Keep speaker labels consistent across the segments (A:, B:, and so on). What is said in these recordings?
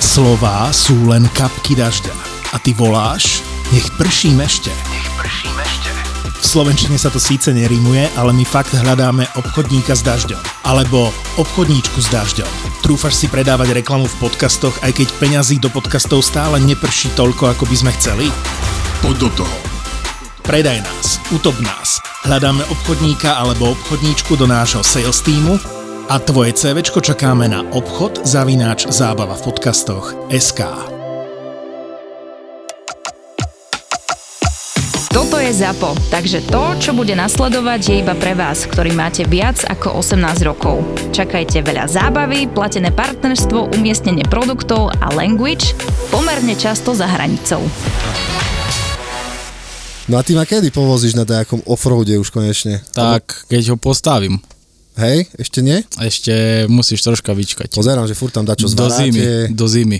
A: Slová sú len kapky dažďa. A ty voláš? Nech prší mešte. V Slovenčine sa to síce nerímuje, ale my fakt hľadáme obchodníka s dažďom. Alebo obchodníčku s dažďom. Trúfaš si predávať reklamu v podcastoch, aj keď peňazí do podcastov stále neprší toľko, ako by sme chceli?
B: Poď do toho.
A: Predaj nás, utop nás. Hľadáme obchodníka alebo obchodníčku do nášho sales týmu a tvoje CVčko čakáme na obchod zavináč zábava v podcastoch SK.
C: Toto je ZAPO, takže to, čo bude nasledovať, je iba pre vás, ktorý máte viac ako 18 rokov. Čakajte veľa zábavy, platené partnerstvo, umiestnenie produktov a language pomerne často za hranicou.
D: No a ty ma kedy povozíš na nejakom offroade už konečne?
E: Tak, keď ho postavím.
D: Hej, ešte nie?
E: Ešte musíš troška vyčkať.
D: Pozerám, že furt tam dačo
E: Do zimy, No.
D: zvaráte.
E: do zimy.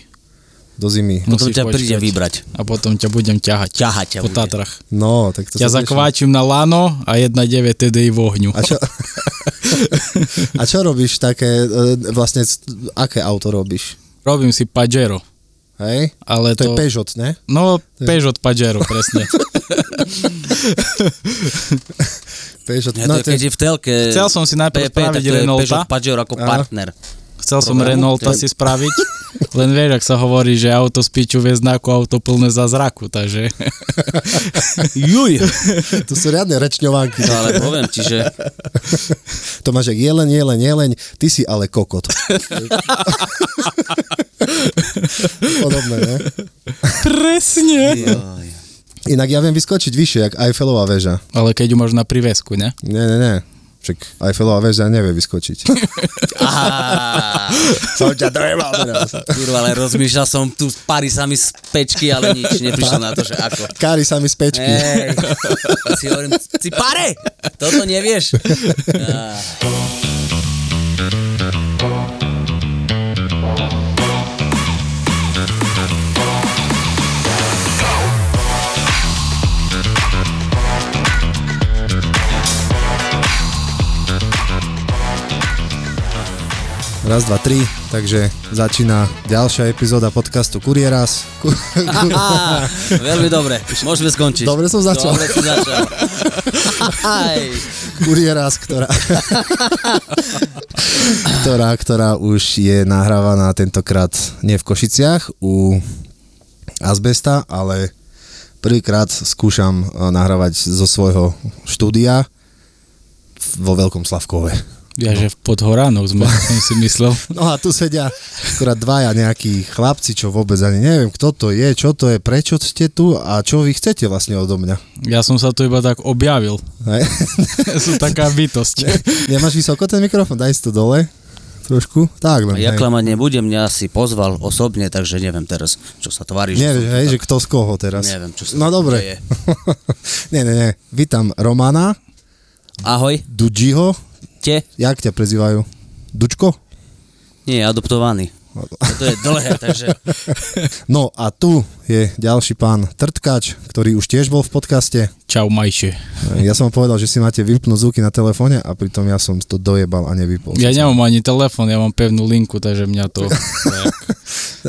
D: Do zimy.
F: Potom
E: Musíš
F: ťa príde
E: počkať.
F: vybrať.
E: A potom ťa budem ťahať.
F: Ťahať ťa
E: po
F: bude.
E: Tatrach.
D: No, tak to
E: Ťa
D: sa teším.
E: zakváčim na lano a 1.9 tedy v ohňu.
D: A čo, a čo robíš také, e, vlastne, c- aké auto robíš?
E: Robím si Pajero.
D: Hej?
E: Ale
D: To je
E: to,
D: Peugeot, ne?
E: No, Peugeot Pajero, presne.
D: Peugeot.
F: Ja,
D: no,
F: to je, keď je v telke...
E: Chcel som si najprv
F: PP, tak
E: spraviť
F: to je
E: Renaulta.
F: Peugeot Pajero ako
D: Áno.
F: partner.
E: Chcel som
F: Programu,
E: Renaulta
F: to je-
E: si spraviť, len vieš, ak sa hovorí, že auto z piču vie znaku, auto plné zázraku, takže... Juj!
D: to sú riadne rečňovánky.
F: No ale poviem ti, že
D: To máš jak jeleň, jeleň, jeleň, ty si ale kokot. Podobné, ne?
E: Presne!
D: Inak ja viem vyskočiť vyššie, jak Eiffelová väža.
E: Ale keď ju máš na privesku, ne?
D: Nie, nie, nie. Však Eiffelová väža nevie vyskočiť.
F: Aha,
D: Som ťa dojebal teraz.
F: kurva, ale rozmýšľal som tu s parisami z pečky, ale nič, neprišlo na to, že ako.
D: Kári sami z pečky.
F: Ej, si hovorím, si pare, toto nevieš. Á,
D: Raz, dva, tri, takže začína ďalšia epizóda podcastu Kurieras. Ku-
F: á, veľmi dobre, môžeme skončiť.
D: Dobre som začal.
F: Dobre si začal. Aj.
D: Kurieras, ktorá... ktorá, ktorá už je nahrávaná tentokrát nie v Košiciach u Azbesta, ale prvýkrát skúšam eh, nahrávať zo svojho štúdia vo Veľkom Slavkove.
E: Ja, že v Podhoránoch sme, som si myslel.
D: No a tu sedia akurát dvaja nejakí chlapci, čo vôbec ani neviem, kto to je, čo to je, prečo ste tu a čo vy chcete vlastne odo mňa.
E: Ja som sa tu iba tak objavil.
D: Hej.
E: Sú taká bytosť.
D: Nemáš vysoko ten mikrofón? Daj si to dole. Trošku. Tak no, len.
F: Ja
D: hej.
F: klamať nebudem, mňa si pozval osobne, takže neviem teraz, čo sa tvári. že
D: Nevieš,
F: som tu
D: hej,
F: tak.
D: že kto z koho teraz.
F: Neviem, čo sa
D: No
F: tu deje.
D: dobre. nie, nie, nie. Vítam Romana,
F: Ahoj,
D: Dudžiho.
F: te?
D: Jak ťa prezývajú? Dučko?
F: Nie, adoptovaný.
E: No
F: To je dlhé, takže...
D: No a tu je ďalší pán Trtkač, ktorý už tiež bol v podcaste.
E: Čau, Majše.
D: Ja som vám povedal, že si máte vypnúť zvuky na telefóne a pritom ja som to dojebal a nevypol.
E: Ja nemám ani telefón, ja mám pevnú linku, takže mňa to... tak.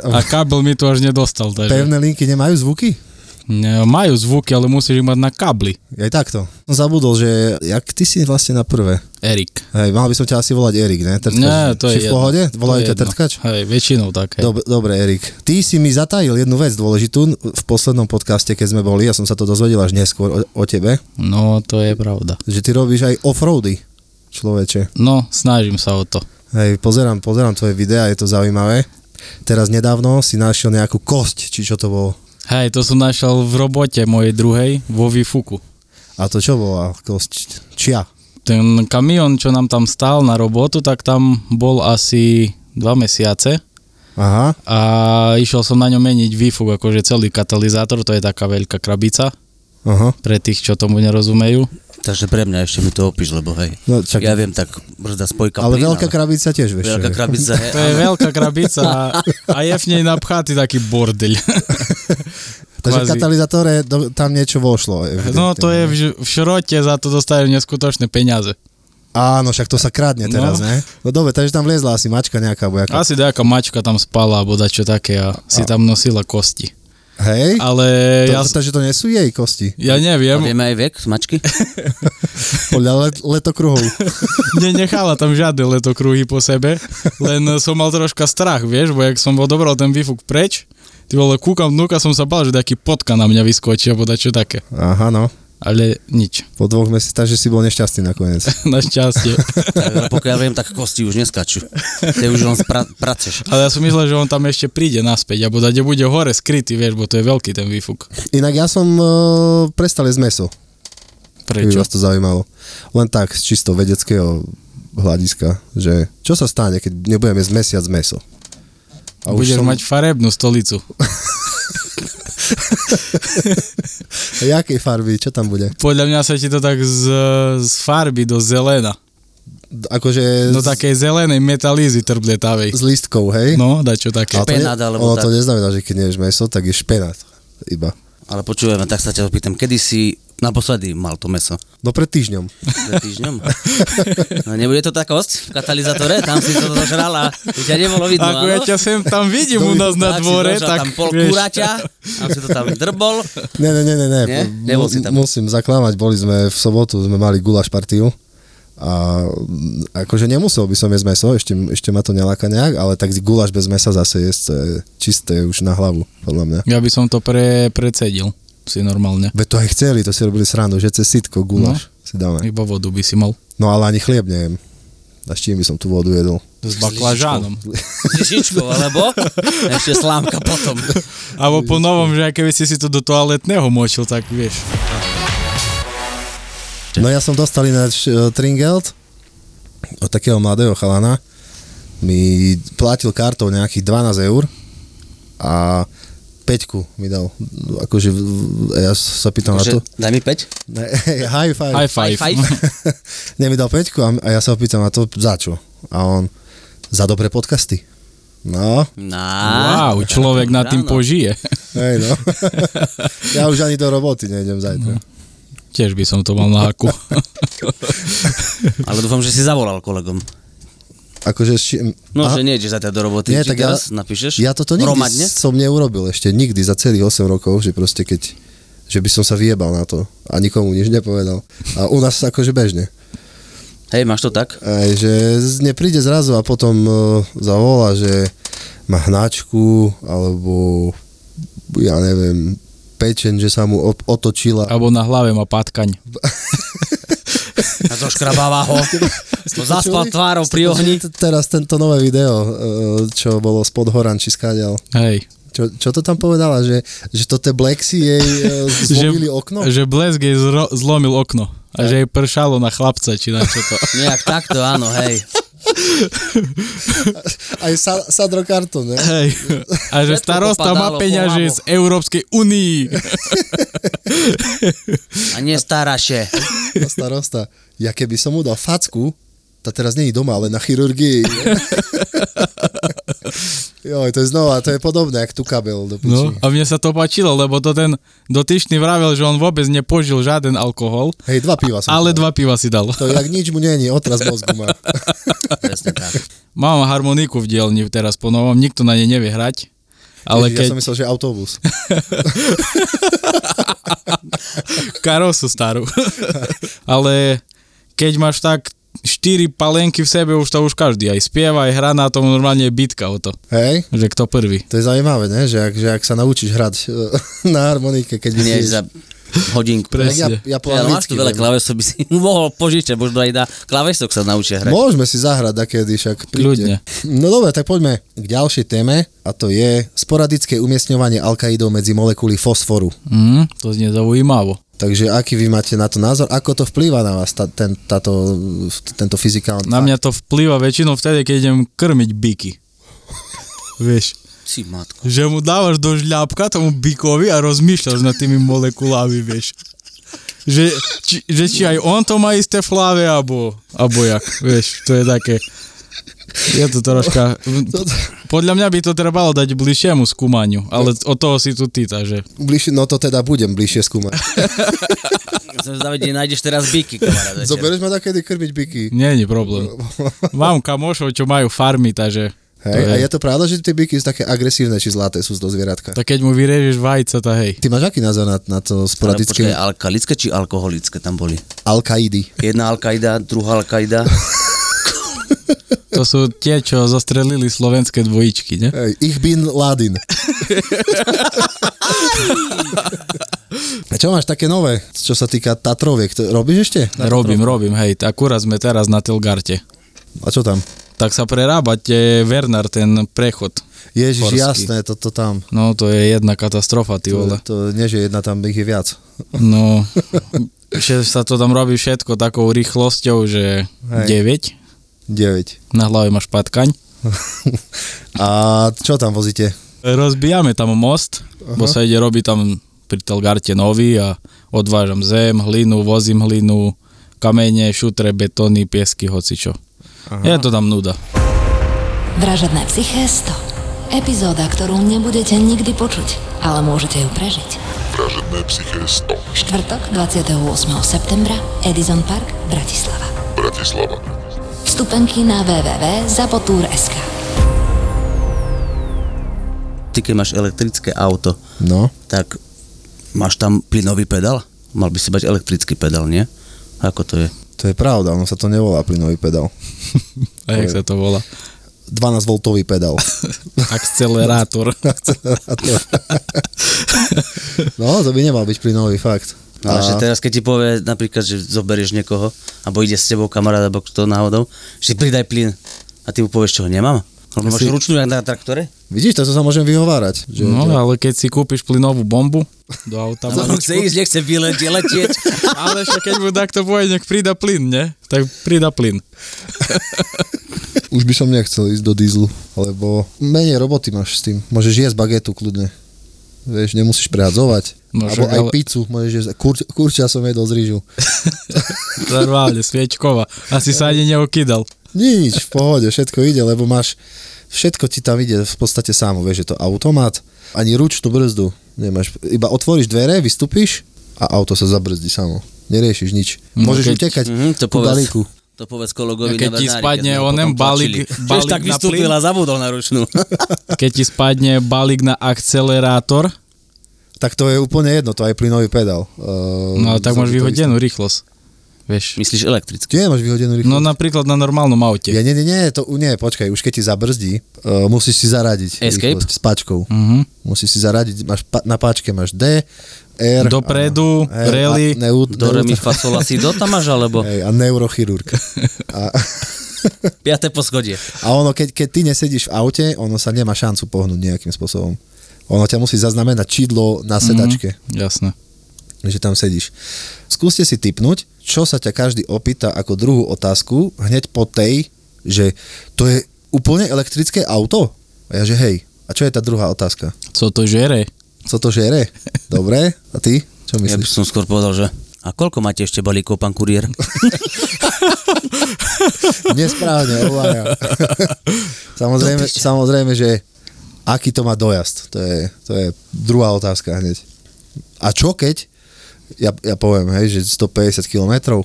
E: A kábel mi to až nedostal, takže...
D: Pevné linky nemajú zvuky?
E: Ne, Majú zvuky, ale musíš ich mať na kábli.
D: Aj takto. Som zabudol, že jak ty si vlastne na prvé.
E: Erik.
D: Hej, mal by som ťa asi volať Erik, ne? Trtkač.
E: Ne, to
D: si v
E: je
D: pohode?
E: jedno.
D: Volajú
E: To je
D: ťa
E: jedno.
D: Trtkač?
E: Hej, väčšinou tak, hej.
D: Dob- dobre, Erik. Ty si mi zatajil jednu vec dôležitú v poslednom podcaste, keď sme boli, ja som sa to dozvedel až neskôr o, o tebe,
E: No, to je pravda.
D: že ty robíš aj offroady, človeče.
E: No, snažím sa o to.
D: Hej, pozerám, pozerám tvoje videá, je to zaujímavé. Teraz nedávno si našiel nejakú kosť, či čo to bolo.
E: Hej, to som našiel v robote mojej druhej, vo výfuku.
D: A to čo bola kosť? Čia.
E: Ten kamión, čo nám tam stál na robotu, tak tam bol asi dva mesiace
D: Aha,
E: a išiel som na ňom meniť výfuk, akože celý katalizátor, to je taká veľká krabica
D: aha.
E: pre tých, čo tomu nerozumejú.
F: Takže pre mňa ešte mi to opíš, lebo hej.
D: No, čak,
F: Ja viem, tak brzda spojka
D: ale
F: plyn,
D: veľká
E: no.
D: krabica tiež, vieš. čo je.
F: Veľká krabica, hej.
E: To je veľká krabica a- a je v nej napchatý taký bordeľ.
D: Takže v
E: kvázi.
D: katalizátore do, tam niečo vošlo.
E: No to je v, v šrote, za to dostajú neskutočné peniaze.
D: Áno, však to sa krádne teraz,
E: No.
D: no. ne? No dobre, takže tam vliezla asi mačka nejaká, bojaká.
E: Asi nejaká mačka tam spala alebo dačo také a si tam nosila kosti.
D: Hej?
E: Ale
D: to,
E: ja,
D: to, takže to nie sú jej kosti.
E: ja
F: A
E: neviem,
F: vieme aj vek mačky?
D: Podľa let, letokruhov.
E: nenechala tam žiadne letokruhy po sebe, len som mal troška strach, vieš, bo jak som bol dobral ten výfuk preč, ty vole, kúkam vnúka, som sa bál, že taký potka na mňa vyskočí alebo dačo také.
D: Aha, no.
E: Ale nič,
D: Po dvoch mesiacoch, takže si bol nešťastný nakoniec.
E: našťastie.
F: Tak, pokiaľ viem, tak kosti už neskačú. To je už len pra, praceš.
E: Ale ja som myslel, že on tam ešte príde naspäť, alebo dať bude hore skrytý, vieš, bo to je veľký ten výfuk.
D: Inak ja som uh, prestal jesť meso, keby
E: Prečo?
D: vás to zaujímalo. Len tak, z čisto vedeckého hľadiska, že čo sa stane, keď nebudem jesť mesiac meso? A už
E: Budeš
D: som,
E: mať farebnú stolicu.
D: Jakej farby, čo tam bude?
E: Podľa mňa sa ti to tak z, z farby do zelena.
D: D- Akože
E: Do
D: z,
E: takej zelenej metalízy trbletavej.
D: z lístkov, hej?
E: No, dačo také.
D: Ale to
F: Špenát alebo
D: ono
F: tak.
D: to neznamená, že keď neješ meso, tak je špenát iba.
F: Ale počujeme, tak sa ťa opýtam, kedy si naposledy mal to meso?
D: No pred týždňom.
F: Pred týždňom? No nebude to tá kosť v katalizátore? Tam si to dožral a už ťa nebolo vidno,
E: Ako ja
F: áno?
E: ťa sem tam vidím u nás na
F: Tak si
E: dvore,
F: dožral
E: tak
F: tam pol
E: vieš.
F: kuraťa, tam si to tam drbol.
D: Ne, ne, ne, ne, ne.
F: Nie?
D: Mu-
F: Nebol si tam.
D: Musím zaklamať, boli sme v sobotu, sme mali gulaš partiu a mm, akože nemusel by som jesť meso, ešte, ešte ma to neláka nejak, ale tak gulaš bez mesa zase jesť to je čisté už na hlavu, podľa mňa.
E: Ja by som to pre, precedil si normálne.
D: Veď to aj chceli, to si robili srandu, že cez sitko gulaš no. si dáme.
E: Iba vodu by si mal.
D: No ale ani chlieb nejem. A s čím by som tú vodu jedol?
E: S baklažánom.
F: Žižičkou, alebo ešte slámka potom.
E: Alebo po novom, že aj keby si si to do toaletného močil, tak vieš.
D: No ja som dostal ináč e, Tringelt od takého mladého chalana. Mi platil kartou nejakých 12 eur a peťku mi dal. Akože v- ja sa pýtam na to.
F: Že, daj mi 5.
D: Ne, high five.
E: High five.
F: High five.
D: Ne, mi dal peťku a, a ja sa opýtam na to, za čo? A on, za dobré podcasty. No,
F: Na.
E: Wow, človek nad tým
F: Ráno.
E: požije.
D: hej no. ja už ani do roboty nejdem zajtra.
F: No.
E: Tiež by som to mal na haku.
F: Ale dúfam, že si zavolal kolegom.
D: Akože, s čím-
F: No,
D: Aha.
F: že nie, že za teda do roboty.
D: Nie, tak
F: či
D: ja-
F: teraz napíšeš?
D: Ja toto nikdy
F: Hromadne?
D: som neurobil ešte, nikdy za celých 8 rokov, že proste keď, že by som sa vyjebal na to a nikomu nič nepovedal. A u nás akože bežne.
F: Hej, máš to tak?
D: Aj, že z- nepríde zrazu a potom uh, zavola, že má hnačku, alebo ja neviem, pečen, že sa mu op- otočila.
E: Alebo na hlave má patkaň.
F: A zoškrabáva ho. To zaspal
D: Počuli?
F: tvárou
D: Ste
F: pri ohni.
D: počuli t- Teraz tento nové video, uh, čo bolo spod Horan či skáďal.
E: Hej.
D: Čo, čo to tam povedala, že, že to tie Blacksy jej e, zlomili okno?
E: Že blesk jej zro, zlomil okno. A že jej pršalo na chlapca, či na čo to.
F: Nejak takto, áno, hej.
D: Aj sa, Sadro Karton, ne?
E: Hej. A že
F: Všetko
E: starosta
F: popadalo
E: má
F: po
E: peňaže
F: hlavu.
E: z Európskej unii.
F: A nestará še.
D: A starosta. Ja keby som mu dal facku, tá teraz není doma, ale na chirurgii. jo, to je znova, to je podobné, jak tu kabel do piči.
E: No, a mne sa to páčilo, lebo to ten dotyčný vravel, že on vôbec nepožil žiaden alkohol,
D: Hej, dva piva som
E: ale
D: si dal.
E: dva piva si dal.
D: To jak nič mu není, otraz mozgu má.
F: Presne tak.
E: Mám harmoniku v dielni teraz po novom, nikto na nej nevie hrať. Ale
D: Ježiš,
E: keď
D: Ja som myslel, že autobus.
E: karosu starú. ale keď máš tak štyri palenky v sebe, už to už každý aj spieva, aj hra na tom, normálne je bitka o to,
D: Hej?
E: že kto prvý.
D: To je zaujímavé, ne? Že ak, že ak sa naučíš hrať e, na harmonike, keď
F: Nie
D: vidíš-
F: za hodinku.
D: Tak ja,
E: Presne.
D: ja po
F: Ja, ale máš
D: anglicky
F: tu veľa
D: viem.
F: klavesov, by si mohol požičať, možno aj na klavesok sa naučia hrať.
D: Môžeme si zahrať takedy, však
E: Ľudne.
D: príde. No dobre, tak poďme k ďalšej téme a to je sporadické umiestňovanie alkaidov medzi molekuly fosforu.
E: Mm, to znie zaujímavo.
D: Takže aký vy máte na to názor? Ako to vplýva na vás, tá, ten, táto, tento fyzikálny
E: Na mňa to vplýva väčšinou vtedy, keď idem krmiť byky. Vieš,
F: Si matko.
E: že mu dávaš do žľapka tomu bykovi a rozmýšľaš nad tými molekulami, vieš. Že či, že či aj on to má isté v hlave, alebo, alebo jak, vieš, to je také. Je to troška... Podľa mňa by to trebalo dať bližšiemu skúmaniu, ale od toho si tu ty, takže...
D: Bližšie, no to teda budem bližšie skúmať.
F: Som zvedavý, kde nájdeš teraz byky, kamarát. večer.
D: Zoberieš ma takedy krmiť byky.
E: Nie, nie problém. Mám kamošov, čo majú farmy, takže...
D: Hej,
E: To
D: a
E: je.
D: je to pravda, že tie byky sú také agresívne, či zlaté sú z do zvieratka.
E: Tak keď mu vyrežeš vajca, tá hej.
D: Ty máš aký názor na, na to
F: Ale počkaj,
D: sporadické
F: alkalické či alkoholické tam boli?
D: Al-Kaidy?
F: Jedna Al-Qaida, druhá Al-Qaida.
E: To sú tie, čo zastrelili slovenské dvojičky, ne?
D: Hej, ich bin Laden. a čo máš také nové, čo sa týka Tatroviek? To robíš ešte?
E: Robím, robím, hej. Akurát sme teraz na Telgarte.
D: A čo tam?
E: Tak sa prerába tie Werner, ten prechod.
D: Ježiš,
E: Horský.
D: jasné, toto tam.
E: No, to je jedna katastrofa, ty
D: To,
E: vole.
D: to nie, že jedna tam ich je viac.
E: No, že sa to tam robí všetko takou rýchlosťou, že
D: Hej.
E: 9,
D: 9.
E: na hlave máš patkaň.
D: A čo tam vozíte?
E: Rozbijame tam most, bo sa ide robiť tam pri Telgarte nový a odvážam zem, hlinu, vozím hlinu, kamene, šutre, betóny, piesky, hocičo. Je to tam nuda.
B: Vražedné psyché 100. Epizóda, ktorú nebudete nikdy počuť, ale môžete ju prežiť.
G: Vražedné psyché 100.
B: Štvrtok, 28. septembra, Edison Park, Bratislava.
G: Bratislava.
B: Vstupenky na www.zapotur.sk
F: Ty, keď máš elektrické auto,
D: No,
F: tak máš tam plynový pedál? Mal by si mať elektrický pedál, nie? Ako to je?
D: to je pravda, ono sa to nevolá plynový pedál.
E: A jak sa to volá?
D: 12-voltový pedál.
E: Akcelerátor.
D: No, to by nemal byť plynový fakt.
F: No, ale že teraz, keď ti povie napríklad, že zoberieš niekoho, alebo ide s tebou kamarát, alebo kto náhodou, že pridaj plyn a ty mu povieš, čo ho nemám? Lebo máš ručnú jak na traktore?
D: Vidíš, to sa môžem vyhovárať. Že
E: No, ale keď si kúpiš plynovú bombu do auta,
F: No, chce ísť, nechce vyletieť, letieť.
E: ale však keď mu takto povie, nech prida plyn, ne? Tak prida plyn.
D: Už by som nechcel ísť do dízlu, lebo menej roboty máš s tým. Môžeš jesť bagetu kľudne. Vieš, nemusíš prehadzovať.
E: No,
D: Alebo
E: však,
D: aj
E: ale-
D: pizzu, môžeš jesť. Kur, kurčia som jedol z rýžu.
E: Normálne, sviečková. Asi sa ani neokydal.
D: Nič, v pohode, všetko ide, lebo máš, všetko ti tam ide v podstate samo, vieš, je to automat, ani ručnú brzdu nemáš, iba otvoríš dvere, vystúpiš a auto sa zabrzdí samo. Neriešiš nič.
E: No,
D: Môžeš
E: keď-
D: utekať
F: Mhm, to
D: ku
F: povedz.
D: balíku.
F: To povedz
E: A
F: kolegovi
E: keď
F: na
E: ti
F: Bernárike,
E: spadne
F: sme ho
E: onem
F: potom
E: balík-
F: tlačili.
E: balík
F: Vieš, tak
E: na
F: vystúpil
E: plyn?
F: a zabudol na ručnú.
E: Keď ti spadne balík na akcelerátor,
D: Tak to je úplne jedno, to aj plynový pedál. Uh,
E: no tak máš
D: to isté.
E: vyhodenú rýchlosť. Vieš.
F: Myslíš elektricky?
D: Nie, máš vyhodenú rýchlosť.
E: No napríklad na normálnom aute.
D: Ja, nie, nie, nie, to nie, počkaj, už keď ti zabrzdí, uh, musíš si zaradiť.
F: Escape?
D: Rýchlosť, s pačkou.
E: Mhm.
D: Musíš si zaradiť, máš pa, na páčke máš D, R,
E: Dopredu,
D: a, R,
E: rally.
D: a, neut,
F: Do
D: neut,
F: remi fasola si do tam máš, alebo
D: hej, a neurochirurg. A,
F: piaté poschodie.
D: a ono, keď, keď ty nesedíš v aute, ono sa nemá šancu pohnúť nejakým spôsobom. Ono ťa musí zaznamenať čidlo na sedačke,
E: Mhm, Jasné.
D: že tam sedíš. Skúste si typnúť, čo sa ťa každý opýta ako druhú otázku, hneď po tej, že to je úplne elektrické auto? A ja, že hej. A čo je tá druhá otázka?
E: Co to žere?
D: Co to žere? Dobre? A ty? Čo
F: Ja
D: myslíš?
F: by som skôr povedal, že a koľko máte ešte balíkov, pán kuriér?
D: Nesprávne, obaja. samozrejme, samozrejme, že aký to má dojazd, to je, to je druhá otázka hneď. A čo keď, ja, ja poviem, hej, že 150 km,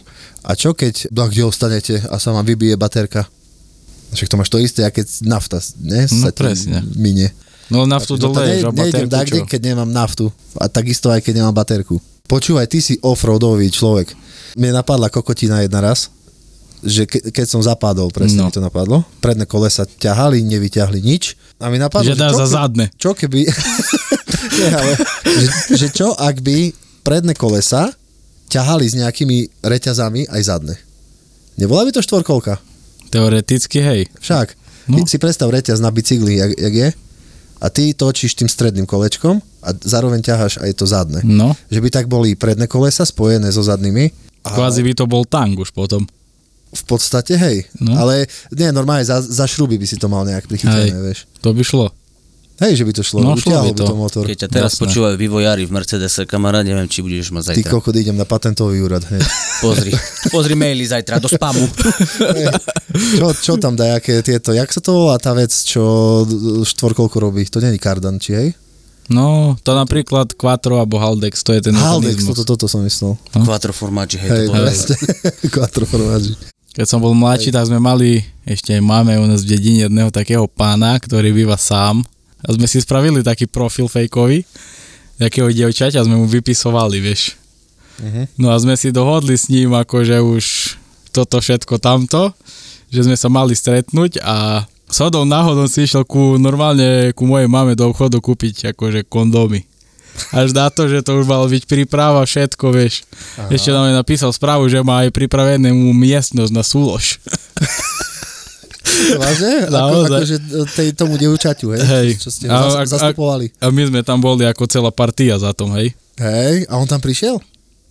D: a čo keď, no a kde ostanete a sa vám vybije baterka? Však to máš to isté, aké nafta, ne?
E: No,
D: sa ti
E: presne.
D: Minie.
E: No naftu
D: No to
E: doleješ a
D: nejdem
E: baterku
D: dakde,
E: čo?
D: keď nemám naftu. A takisto aj keď nemám baterku. Počúvaj, ty si offroadový človek. Mne napadla kokotina jedna raz, že ke, keď som zapadol, presne
E: No.
D: no. mi to napadlo. Predné kolesa ťahali, nevyťahli nič. A mi napadlo,
E: Že dá
D: čo
E: za
D: ke-
E: zadné.
D: Čo keby... Nie, ale, že, že čo, ak by predné kolesa ťahali s nejakými reťazami aj zadné. Nebola by to štvorkolka?
E: Teoreticky, hej.
D: Však.
E: No.
D: No. Si predstav reťaz na bicykli, jak, jak je, a ty točíš tým stredným kolečkom a zároveň ťaháš aj to zadné.
E: No.
D: Že by tak boli predné kolesa spojené so zadnými. A
E: Kvázi by to bol tang už potom.
D: v podstate, hej. No.
E: No.
D: Ale nie, normálne za, za šruby by si to mal nejak prichytené,
E: Hej.
D: vieš.
E: To by šlo.
D: Hej, že by to šlo,
E: No,
D: no,
E: šlo by
D: utiahol by
E: to.
D: to motor.
F: Keď ťa teraz
E: Jasné.
F: počúvajú vývojári v Mercedese, kamarát, neviem, či budeš mať
D: Ty
F: zajtra.
D: kokot, idem na patentový úrad hneď.
F: Pozri, pozri maily zajtra do spamu.
D: Čo, čo tam dajaké tieto, jak sa to volá tá vec, čo štvorkolku robí? To není kardan, či hej?
E: No, to napríklad Quattro alebo Haldex, No, to je ten
D: Haldex,
E: mechanizmus.
D: toto, toto som myslel.
F: Quattroformáči, hej, to
D: Hej,
F: povedali.
D: presne. Quattroformaggi.
E: Keď som bol mladší, tak sme mali, ešte aj máme u nás v dedine jedného takého pána, ktorý býva sám. A sme si spravili taký profil fejkový, nejakého dievčaťa sme mu vypisovali, vieš.
D: Mhm.
E: No a sme si dohodli s ním, akože už toto všetko tamto, že sme sa mali stretnúť a shodou náhodou si išiel ku, normálne ku mojej mame do obchodu kúpiť akože kondómy. Až na to, že to už malo byť príprava, všetko, vieš. Aha. Ešte nám aj napísal správu, že má aj pripravenú miestnosť na súlož.
D: Vážne? Ako,
E: Naozaj.
D: akože tej, tomu dievčaťu, hej?
E: Hej.
D: Čo ste ho
E: A- a-
D: zas- zastupovali.
E: A my sme tam boli ako celá partia za tom, hej.
D: Hej, a on tam prišiel?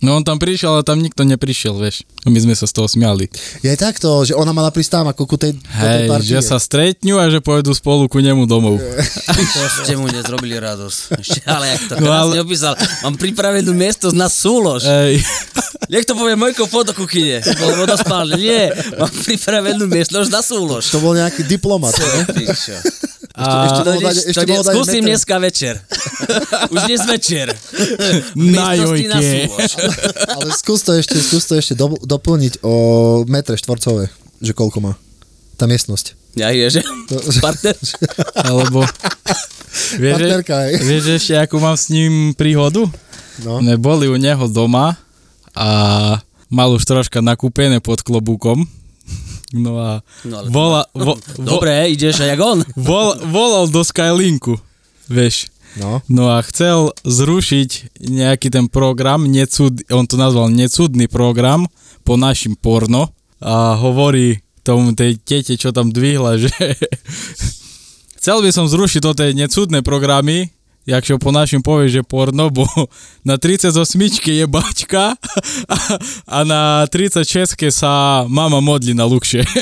E: No on tam prišiel, ale tam nikto neprišiel, vieš. A my sme sa z toho smiali.
D: Je aj takto, že ona mala prísť tam ako ku tej, do tej
E: Hej,
D: partie.
E: že sa stretnú a že pôjdu spolu ku nemu domov.
F: To ste mu nezrobili radosť. Ešte, ale jak to
E: No,
F: no,
E: ale- E-
F: ale... opísal, mám pripravenú miesto na súlož.
E: Hej.
F: Nech to povie Mojko po do kuchyne, bol vodospálne. Nie, mám pripravenú miestnosť na súlož.
D: To bol nejaký diplomat, ne?
E: A-
D: Ešte, ešte
F: To
D: bolo dať,
F: ideš- to
D: ešte
F: ide-
D: bolo dať
F: skúsim
D: meter.
F: dneska večer. Už dnes večer.
E: Na
F: Miestnosti na
E: jojke.
F: súlož.
D: Ale skús to ešte, skús to ešte do, doplniť o metre štvorcové, že koľko má tá miestnosť.
F: Ja je, že partner.
E: Alebo... Vieš, že-
D: Partnerka, hej.
E: vieš že ešte, akú mám s ním príhodu?
D: No.
E: Sme boli u neho doma a mal už troška nakúpené pod klobúkom. No a
F: No, ale-
E: vola, vo, vo,
F: Dobre, ideš a jak on.
E: vol, volal do Skylinku, vieš.
D: No.
E: No a chcel zrušiť nejaký ten program, necud, on to nazval necudný program po našim porno a hovorí tomu tej tete, čo tam dvihla, že chcel by som zrušiť toto necudné programy, jakže po našim povie, že porno, bo na 38 je bačka a, a na 36 sa mama modli na lukše.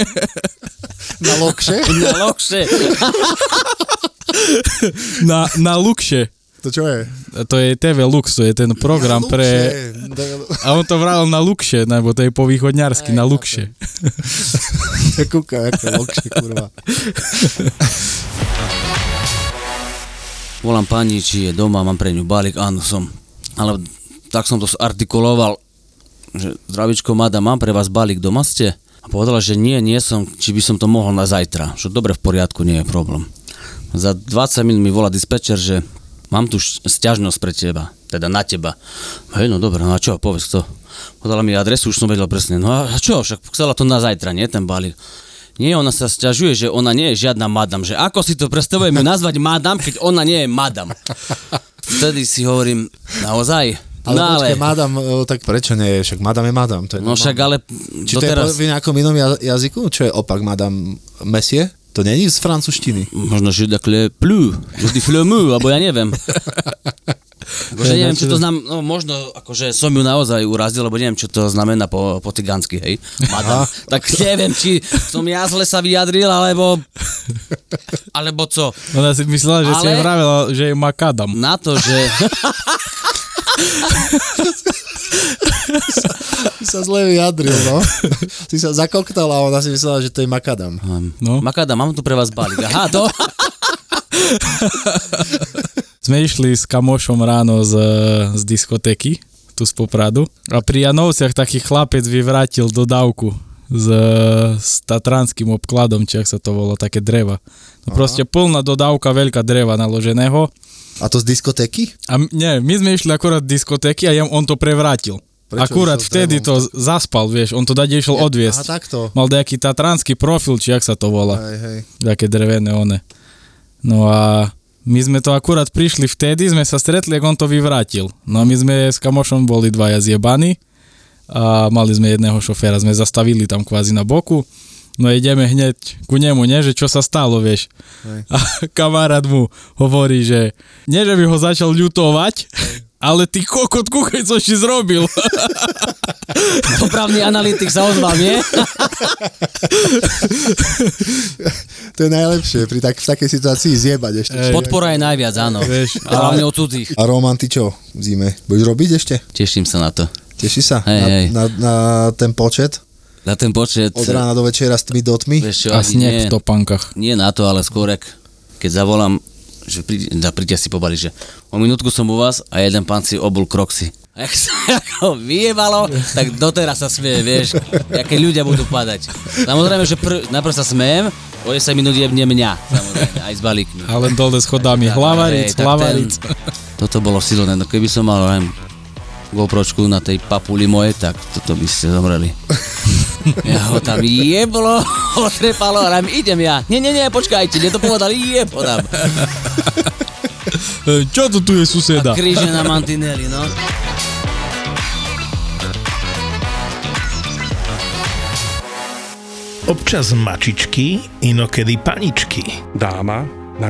D: Na lokše?
E: No.
F: Na lokše.
E: Na, na lukše.
D: To čo je?
E: To je TV Lux, to je ten program pre... A on to vral na Lukše, nebo to je po východňarsky, na Lukše.
D: Ja kúkam, aké lokše, kurva.
F: Volám pani, či je doma, mám pre ňu balík, áno som. Ale tak som to artikuloval, že zdravičko madam, mám pre vás balík doma ste? A povedala, že nie, nie som, či by som to mohol na zajtra. Že dobre, v poriadku, nie je problém. Za 20 minút mi volá dispečer, že mám tu šť- sťažnosť pre teba, teda na teba. Hej, no dobre, no a čo, povedz to. Podala mi adresu, už som vedel presne. No a čo, však chcela to na zajtra, nie, ten balík. Nie, ona sa sťažuje, že ona nie je žiadna madam. Že ako si to predstavujeme nazvať madam, keď ona nie je madam. Vtedy si hovorím, naozaj?
D: Ale, no, ale... Počkej, madam, e, tak prečo nie? Však madam je madam. To je
F: No
D: normálne.
F: však ale
D: Či to
F: doteraz...
D: je po- v nejakom inom ja- jazyku? Čo je opak, madam mesie? To není z francúzštiny.
F: Možno, že takhle plú, vždy flemu, alebo ja neviem. Akože neviem, čo to znamená, no možno, akože som ju naozaj urazil, lebo neviem, čo to znamená po, po cigánsky, hej, madam. Tak neviem, či som ja zle sa vyjadril, alebo, alebo co.
E: Ona si myslela, že si
F: Ale-
E: vravila, že je makadam.
F: Na to, že...
D: Ty sa zle vyjadril, no. Ty sa zakoktal a ona si myslela, že to je makadam.
E: No.
F: Makada, mám tu pre vás balík. Aha, to?
E: Sme išli s kamošom ráno z, z diskotéky, tu z Popradu. A pri Janovciach taký chlapec vyvrátil dodávku s, s tatranským obkladom, či ak sa to volá, také dreva. No proste plná dodávka, veľká dreva naloženého.
D: A to z diskotéky?
E: A m- nie, my sme išli akurát do diskotéky a ja, on to prevrátil.
D: Prečo
E: akurát
D: išiel s
E: vtedy to z- zaspal, vieš, on to dade išiel odviesť.
D: Aha, takto.
E: Mal nejaký tatranský profil, či jak sa to volá,
D: Hej, hej.
E: také drevené one. No a my sme to akurát prišli vtedy, sme sa stretli, ak on to vyvrátil. No a my sme s kamošom boli dvaja zjebaní a mali sme jedného šoféra, sme zastavili tam kvázi na boku. No a ideme hneď ku nemu, nie, že čo sa stalo, vieš. A kamarát mu hovorí, že nie, že by ho začal ľutovať, Ale ty kokot, kúkaj, co si zrobil.
F: Dopravný analytik sa ozval, nie?
D: To je najlepšie, pri tak, v takej situácii zjebať ešte.
E: Ej.
F: Podpora je najviac, áno.
E: Vieš,
F: A Hlavne od cudzích.
D: A Roman, ty čo v zime? Budeš robiť ešte?
F: Teším sa na to.
D: Teší sa
F: Hej,
D: na,
F: hej.
D: Na, na, ten počet?
F: Na ten počet...
D: Od rána do večera s tmy do tmy?
F: Vieš čo,
E: A
F: ani
E: sneh v
F: nie,
E: topankách.
F: nie na to, ale skôr, ak- keď zavolám, že príď, da, príďte si pobaliť, že o minútku som u vás a jeden pán si obul kroxy. A jak sa ho vyjebalo, tak doteraz sa smieje, vieš, aké ľudia budú padať. Samozrejme, že pr- najprv sa smejem, o 10 minút jebne mňa, samozrejme, aj s balíkmi.
E: Ale dole schodami. Hlavaric,
F: Hej, tak
E: hlavaric.
F: Ten, toto bolo silné, no keby som mal len GoPročku na tej papuli moje, tak toto by ste zomreli. Ja ho tam jeblo, otrepalo a tam idem ja. Nie, nie, nie, počkajte, mne to povedali, jebo tam.
E: E, Čo to tu je suseda?
F: Kríže na mantinely, no.
A: Občas mačičky, inokedy paničky.
H: dáma na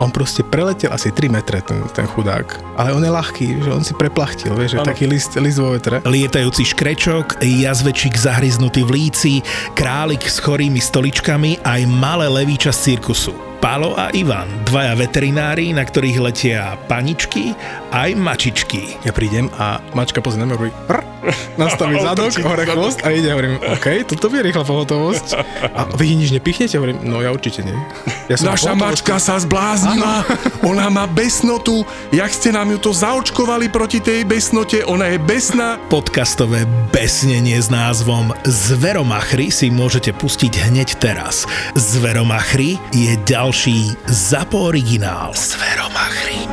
I: On proste preletel asi 3 metre, ten, ten chudák. Ale on je ľahký, že on si preplachtil, vieš, že taký list, list vo vetre.
A: Lietajúci škrečok, jazvečík zahryznutý v líci, králik s chorými stoličkami aj malé levíča z cirkusu. Pálo a Ivan, dvaja veterinári, na ktorých letia paničky aj mačičky.
I: Ja prídem a mačka pozrie na mňa, hovorí, "Prr." nastaví
H: A
I: zadok,
H: otočí
I: hore
H: zadok.
I: chvost a ide, hovorím, OK, toto bude rýchla pohotovosť. A vy nič nepichnete? Hovorím, no ja určite nie. Ja na
H: Naša
I: pohotovosti.
H: mačka sa zbláznila, ona má besnotu, jak ste nám ju to zaočkovali proti tej besnote, ona je besná.
A: Podcastové besnenie s názvom Zveromachry si môžete pustiť hneď teraz. Zveromachry je ďalší ZAPO originál. Zveromachry.